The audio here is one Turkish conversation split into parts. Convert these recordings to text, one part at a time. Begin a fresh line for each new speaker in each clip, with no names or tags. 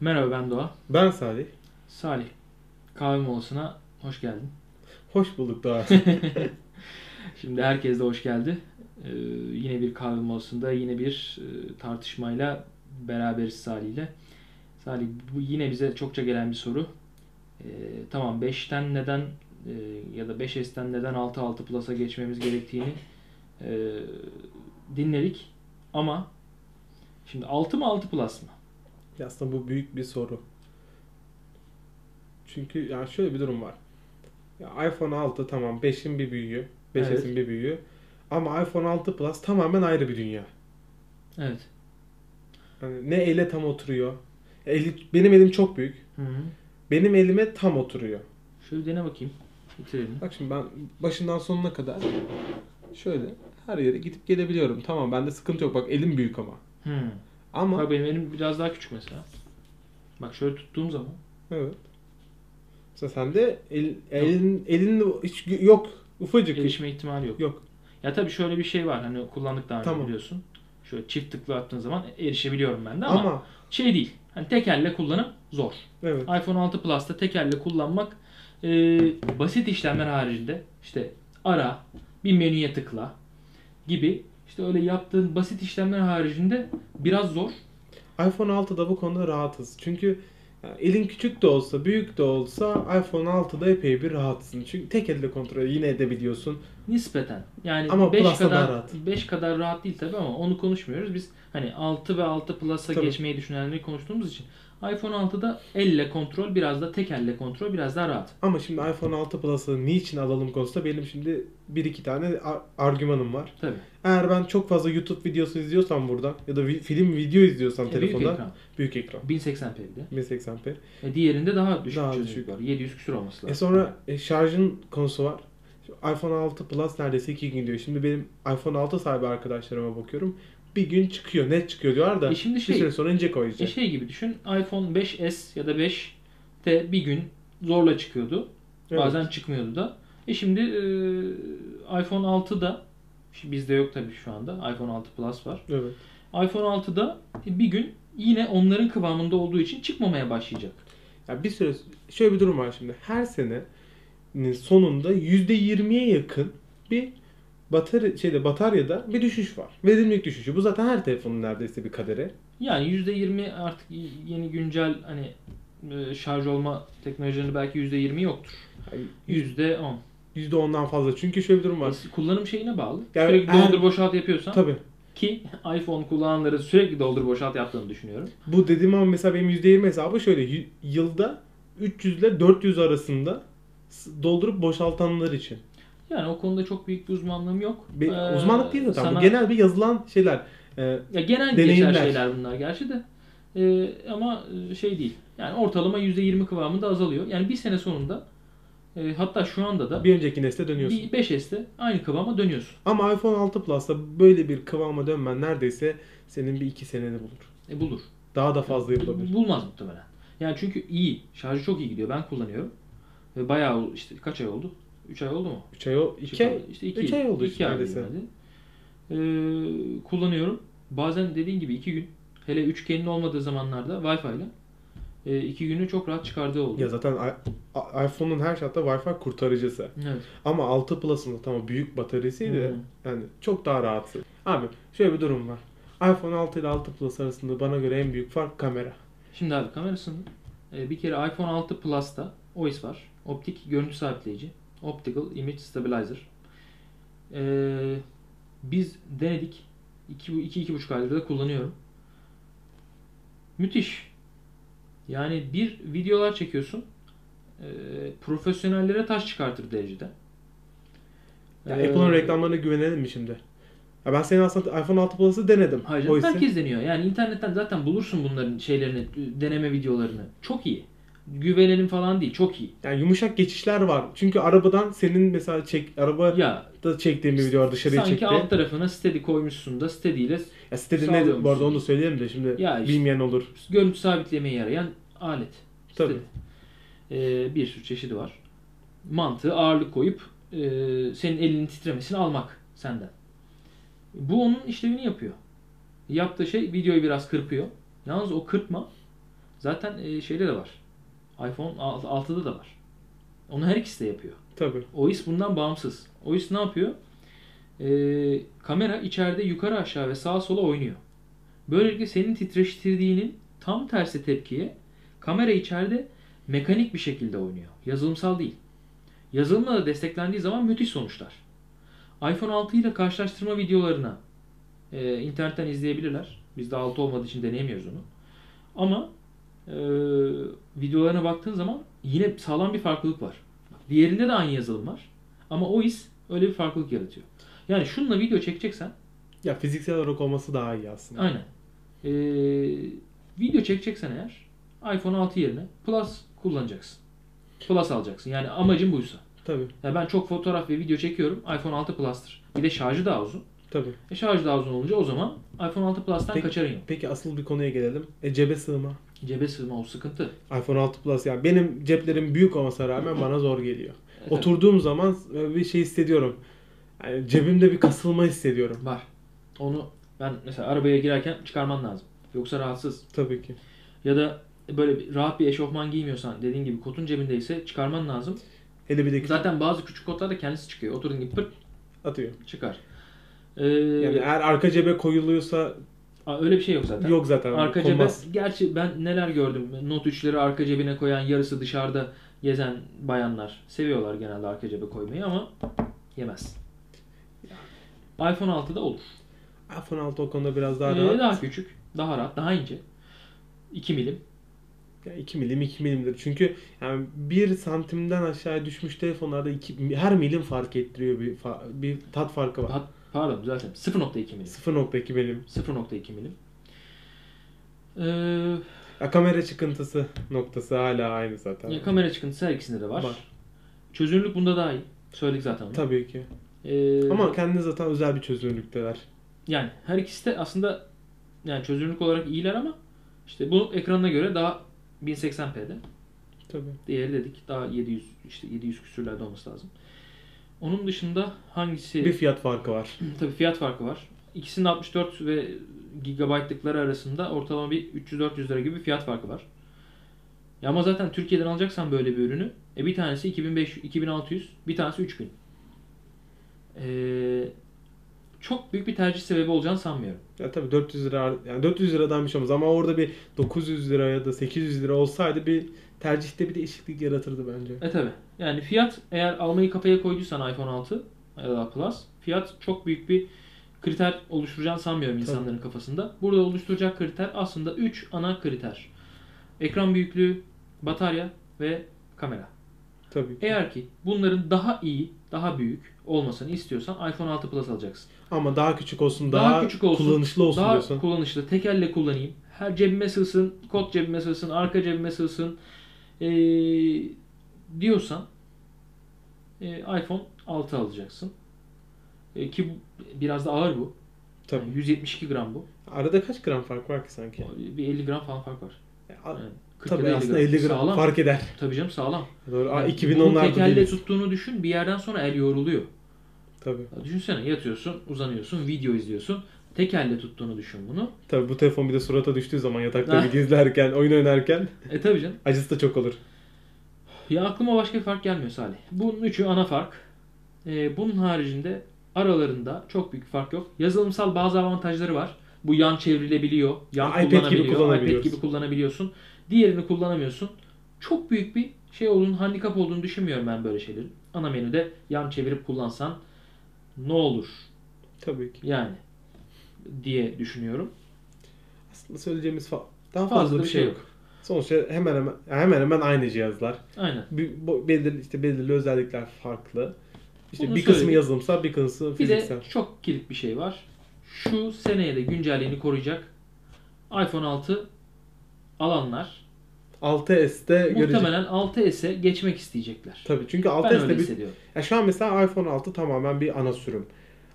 Merhaba ben Doğa.
Ben Salih.
Salih, kahve molasına hoş geldin.
Hoş bulduk daha.
Şimdi herkes de hoş geldi. Ee, yine bir kahve molasında yine bir e, tartışmayla beraberiz Salih'le. Salih bu yine bize çokça gelen bir soru. Ee, tamam 5'ten neden e, ya da 5S'ten neden 6 6 Plus'a geçmemiz gerektiğini e, dinledik. Ama şimdi 6 mı 6 Plus mı?
Aslında bu büyük bir soru. Çünkü yani şöyle bir durum var. Ya iPhone 6 tamam 5'in bir büyüğü. 5S'in
Evet.
bir büyüğü. Ama iPhone 6 Plus tamamen ayrı bir dünya.
Evet.
Yani ne ele tam oturuyor. Eli, benim elim çok büyük.
Hı -hı.
Benim elime tam oturuyor.
Şöyle dene bakayım. Bitirelim.
Bak şimdi ben başından sonuna kadar şöyle her yere gidip gelebiliyorum. Tamam bende sıkıntı yok. Bak elim büyük ama.
Hı.
Ama
Bak benim elim biraz daha küçük mesela. Bak şöyle tuttuğum zaman.
Evet. Mesela sende el, elin, elin hiç gü- yok. Ufacık.
Erişme ihtimali yok.
Yok.
Ya tabii şöyle bir şey var. Hani kullandık daha önce
Tamam.
biliyorsun. Şöyle çift tıkla attığın zaman erişebiliyorum ben de ama,
Ama,
şey değil. Hani tek elle kullanım zor.
evet.
iPhone 6 Plus'ta tek elle kullanmak e, basit işlemler haricinde işte ara, bir menüye tıkla gibi işte öyle yaptığın basit işlemler haricinde biraz zor.
iPhone 6'da bu konuda rahatız. Çünkü yani elin küçük de olsa, büyük de olsa iPhone 6'da epey bir rahatsın. Çünkü tek elle kontrol yine edebiliyorsun.
Nispeten. Yani
Ama
5
Plus'ta
kadar
daha rahat.
5 kadar rahat değil tabii ama onu konuşmuyoruz. Biz hani 6 ve 6 Plus'a
Tabii.
geçmeyi düşünenleri konuştuğumuz için iPhone 6'da elle kontrol biraz da tek elle kontrol biraz daha rahat.
Ama şimdi iPhone 6 Plus'ı niçin alalım konusunda benim şimdi bir iki tane ar- argümanım var.
Tabii.
Eğer ben çok fazla YouTube videosu izliyorsam buradan ya da vi- film video izliyorsam
E, büyük
telefonda
ekran.
büyük ekran.
1080p bir de.
1080p.
E, diğerinde daha düşük
Daha
çözünürlük
düşük.
var. 700 küsur olması
E
lazım.
sonra e, şarjın konusu var. Şimdi iPhone 6 Plus neredeyse 2 gün gidiyor. Şimdi benim iPhone 6 sahibi arkadaşlarıma bakıyorum. Bir gün çıkıyor, net çıkıyor diyorlar da
E şimdi
bir
şey,
süre sonra inecek o yüzden.
e, şey gibi düşün. iPhone 5s ya da 5 de bir gün zorla çıkıyordu.
Evet.
Bazen çıkmıyordu da. E şimdi e, iPhone 6'da şi- bizde yok tabii şu anda. iPhone 6 Plus var.
Evet.
iPhone 6'da bir gün yine onların kıvamında olduğu için çıkmamaya başlayacak.
Ya bir süre şöyle bir durum var şimdi. Her senenin sonunda %20'ye yakın bir batarya şeyde bataryada bir düşüş var. Verimlilik düşüşü. Bu zaten her telefonun neredeyse bir kaderi.
Yani %20 artık yeni güncel hani e, şarj olma teknolojilerinde belki %20 yoktur.
Yani
%10.
%10'dan fazla. Çünkü şöyle bir durum var.
Nasıl- Kullanım şeyine bağlı.
Yani
sürekli
eğer-
doldur boşalt yapıyorsan
Tabii.
ki iPhone kullananların sürekli doldur boşalt yaptığını düşünüyorum.
Bu dediğim ama mesela benim %20 hesabı şöyle y- yılda 300 ile 400 arasında s- doldurup boşaltanlar için.
Yani o konuda çok büyük bir uzmanlığım yok.
Bir,
Ee,
uzmanlık değil zaten.
sana-
Bu genel bir yazılan şeyler. Ee,
Ya genel geçer
Deneyimler.
şeyler bunlar gerçi de. Ee, ama e, şey değil. Yani ortalama %20 kıvamında azalıyor. Yani bir sene sonunda e, hatta şu anda da bir
bir önceki nesle dönüyorsun.
5S'te aynı kıvama dönüyorsun.
Ama iPhone 6 Plus'ta böyle bir kıvama dönmen neredeyse senin bir iki seneni bulur.
E, bulur.
Daha da fazla yapılabilir.
Bulmaz muhtemelen. Yani çünkü iyi. Şarjı çok iyi gidiyor. Ben kullanıyorum. Ve bayağı işte kaç ay oldu? 3 ay oldu mu?
3 ay, o- iki
Çıkalı.
ay,
işte iki,
üç ay oldu
iki
işte
ay
neredeyse.
herhalde. Ee, kullanıyorum. Bazen dediğin gibi 2 gün hele üçgenin olmadığı zamanlarda Wi-Fi ile 2 günü çok rahat çıkardığı oldu.
Ya zaten i- a- iPhone'un her şartta Wi-Fi kurtarıcısı.
Evet.
Ama 6 Plus'ın da tamam büyük bataryasıydı.
Hı.
Yani çok daha rahatsın. Abi şöyle bir durum var. iPhone 6 ile 6 Plus arasında bana göre en büyük fark kamera.
Şimdi abi kamerasının e, bir kere iPhone 6 Plus'ta OIS var. Optik görüntü sabitleyici. Optical Image Stabilizer. E, biz denedik. 2-2,5 aydır da kullanıyorum. Müthiş. Yani bir videolar çekiyorsun. E, profesyonellere taş çıkartır derecede.
Ya
E,
Apple'ın reklamlarına güvenelim mi şimdi? Ya ben senin aslında iPhone 6 Plus'ı denedim.
Hayır canım,
Oysa
herkes deniyor. Yani internetten zaten bulursun bunların şeylerini, deneme videolarını. Çok iyi. Güvenelim falan değil. Çok iyi.
yani yumuşak geçişler var. Çünkü arabadan senin mesela çek arabada
Ya
çektiğim bir video var dışarıya
sanki
çekti.
alt tarafına steady koymuşsun da steady ile
Ya sitede
Sağlıyor
ne bu arada
musun?
onu da söyleyelim de şimdi
Ya işte.
bilmeyen olur.
görüntü sabitlemeye yarayan alet.
Tabii.
Steady. Ee, bir sürü çeşidi var. Mantığı ağırlık koyup e, senin elinin titremesini almak senden. Bu onun işlevini yapıyor. Yaptığı şey videoyu biraz kırpıyor. Yalnız o kırpma Zaten e, şeyde de var. iPhone 6'da da var. Onu her ikisi de yapıyor.
Tabii.
OIS bundan bağımsız. OIS ne yapıyor? Ee, kamera içeride yukarı aşağı ve sağa sola oynuyor. Böylelikle senin titreştirdiğinin tam tersi tepkiye kamera içeride mekanik bir şekilde oynuyor. Yazılımsal değil. Yazılımla da desteklendiği zaman müthiş sonuçlar. iPhone 6 ile karşılaştırma videolarına e, internetten izleyebilirler. Bizde 6 olmadığı için deneyemiyoruz onu. Ama e, videolarına baktığın zaman yine sağlam bir farklılık var. Diğerinde de aynı yazılım var. Ama o is öyle bir farklılık yaratıyor. Yani şununla video çekeceksen
Ya fiziksel olarak olması daha iyi aslında.
aynen. Ee, video çekeceksen eğer iPhone 6 yerine Plus kullanacaksın. Plus alacaksın. Yani amacın buysa.
Tabii.
Ya ben çok fotoğraf ve video çekiyorum. iPhone 6 Plus'tır. Bir de şarjı daha uzun.
Tabii.
E şarjı daha uzun olunca o zaman iPhone 6 Plus'tan
Peki-
kaçarın yok.
Peki asıl bir konuya gelelim. E cebe sığma.
Cebe sığma o sıkıntı.
iPhone 6 Plus yani benim ceplerim büyük olmasına rağmen bana zor geliyor.
E,
Oturduğum zaman bir şey hissediyorum. Yani cebimde bir kasılma hissediyorum.
tabii, Var. Onu ben mesela arabaya girerken çıkarman lazım. Yoksa rahatsız.
Tabii ki.
Ya da böyle bir- rahat bir eşofman giymiyorsan dediğin gibi kotun cebindeyse çıkarman lazım.
Hele bir de küçük
Zaten bazı küçük kotlar da kendisi çıkıyor. Oturduğun gibi pırt
atıyor.
çıkar. Ee,
Yani eğer arka cebe koyuluyorsa
a- öyle bir şey yok zaten.
yok zaten.
Arka cebe,
konmaz.
gerçi ben neler gördüm. Not 3'leri arka cebine koyan, yarısı dışarıda gezen bayanlar. Seviyorlar genelde arka cebe koymayı ama yemez. iPhone 6'da olur.
iPhone 6 o konuda biraz daha
Ee,
rahat.
daha küçük, daha rahat, daha ince. 2 milim.
Ya 2 milim 2 milimdir. Çünkü yani 1 santimden aşağıya düşmüş telefonlarda iki, her milim fark ettiriyor bir fa- bir tat farkı var.
Hat- pardon zaten 0.2 milim.
0.2 milim.
0.2 milim. Ee,
Ya kamera çıkıntısı noktası hala aynı zaten.
ya kamera çıkıntısı her ikisinde de var.
Var.
Çözünürlük bunda daha iyi. Söyledik zaten onu.
Tabii ki.
Ee,
Ama kendi zaten özel bir çözünürlükteler.
yani her ikisi de aslında yani çözünürlük olarak iyiler ama işte bu ekranına göre daha 1080p'de.
Tabii.
Diğeri dedik daha 700 işte 700 küsürlerde olması lazım. Onun dışında hangisi
Bir fiyat farkı var.
tabii fiyat farkı var. İkisinin 64 ve gigabaytlıkları arasında ortalama bir 300-400 lira gibi bir fiyat farkı var. Ya ama zaten Türkiye'den alacaksan böyle bir ürünü e bir tanesi 2500, 2600, bir tanesi 3000. Ee, çok büyük bir tercih sebebi olacağını sanmıyorum.
Ya tabii 400 lira yani 400 liradan bir şey olmaz ama orada bir 900 lira ya da 800 lira olsaydı bir tercihte bir değişiklik yaratırdı bence.
E tabi. Yani fiyat eğer almayı kafaya koyduysan iPhone 6 ya da Plus fiyat çok büyük bir kriter oluşturacağını sanmıyorum
Tabii.
insanların kafasında. Burada oluşturacak kriter aslında 3 ana kriter. Ekran büyüklüğü, batarya ve kamera.
Tabii ki.
Eğer ki bunların daha iyi, daha büyük olmasını istiyorsan iPhone 6 Plus alacaksın.
Ama daha küçük olsun, daha,
Daha küçük olsun,
kullanışlı olsun
daha
diyorsun.
kullanışlı, tek elle kullanayım. Her cebime sığsın, kot cebime sığsın, arka cebime sığsın ee, diyorsan ee, iPhone 6 alacaksın. Ee, ki bu- biraz da ağır bu.
Tabii.
Yani 172 gram bu.
Arada kaç gram fark var ki sanki?
Bir 50 gram falan fark var.
A-
Yani 40 ya da
Tabii aslında 50 gram
Sağlam.
fark eder.
Tabii canım sağlam.
Doğru. Aa,
Yani
2010'larda
bunu tek elle
değiliz.
tuttuğunu düşün. Bir yerden sonra el yoruluyor.
Tabii.
Ya Düşünsene yatıyorsun, uzanıyorsun, video izliyorsun. Tek elle tuttuğunu düşün bunu.
Tabii bu telefon bir de surata düştüğü zaman yatakta
Ah.
video izlerken, oyun oynarken
E tabii canım.
acısı da çok olur.
Ya aklıma başka bir fark gelmiyor Salih. Bunun üçü ana fark. E, bunun haricinde aralarında çok büyük fark yok. Yazılımsal bazı avantajları var. Bu yan çevrilebiliyor, yan
iPad gibi
kullanabiliyor, iPad
kullanabiliyorsun.
gibi kullanabiliyorsun. Diğerini kullanamıyorsun. Çok büyük bir şey olduğunu, handikap olduğunu düşünmüyorum ben böyle şeylerin. Ana menüde yan çevirip kullansan ne olur
Tabii ki.
yani diye düşünüyorum.
Aslında söyleyeceğimiz fa- daha
Fazla
fazla,
da
bir şey yok. Sonuçta hemen hemen hemen hemen aynı cihazlar.
Aynen.
Bir- bu- belirli işte belirli özellikler farklı. İşte
Bunu
bir kısmı
söyledik.
yazılımsal, bir kısmı
Bir
fiziksel.
de çok kilit bir şey var. Şu seneye de güncelliğini koruyacak iPhone 6 alanlar
6S'te göreceğiz.
muhtemelen 6s'e geçmek isteyecekler.
Tabii çünkü
ben öyle
6S'te bir
hissediyorum.
Ya şu an mesela iPhone 6 tamamen bir ana sürüm.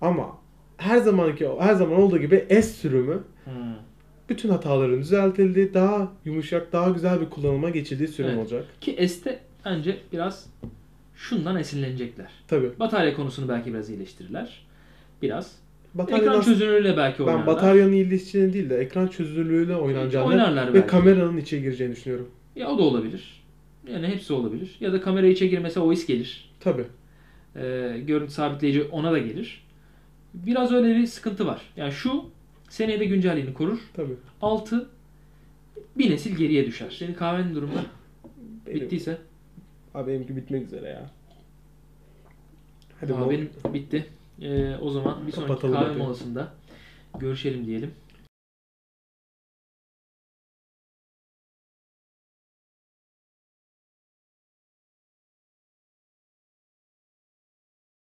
Ama her zamanki her zaman olduğu gibi S sürümü
Hmm.
bütün hataların düzeltildiği, daha yumuşak, daha güzel bir kullanıma geçildiği sürüm
Evet.
olacak.
Ki S'te bence biraz şundan esinlenecekler.
Tabii.
Batarya konusunu belki biraz iyileştirirler. Biraz.
bataryanın
Ekran
aslında-
çözünürlüğüyle belki oynarlar.
ben bataryanın iyileşeceğini değil de ekran çözünürlüğüyle oynanacağını
Oynarlar
ve
belki.
kameranın içe gireceğini düşünüyorum.
Ya o da olabilir. Yani hepsi olabilir. Ya da kamera içe girmese o his gelir.
Tabii.
Ee, görüntü sabitleyici ona da gelir. Biraz öyle bir sıkıntı var. Yani şu seneye de güncelliğini korur.
Tabii.
6 bir nesil geriye düşer. Senin kahvenin durumu
Benim-
bittiyse.
Abi benimki bitmek üzere ya. Hadi
Aa,
bol-
benim bitti. Ee, o zaman bir sonraki
Kapatalım
kahve
hadi.
molasında görüşelim diyelim.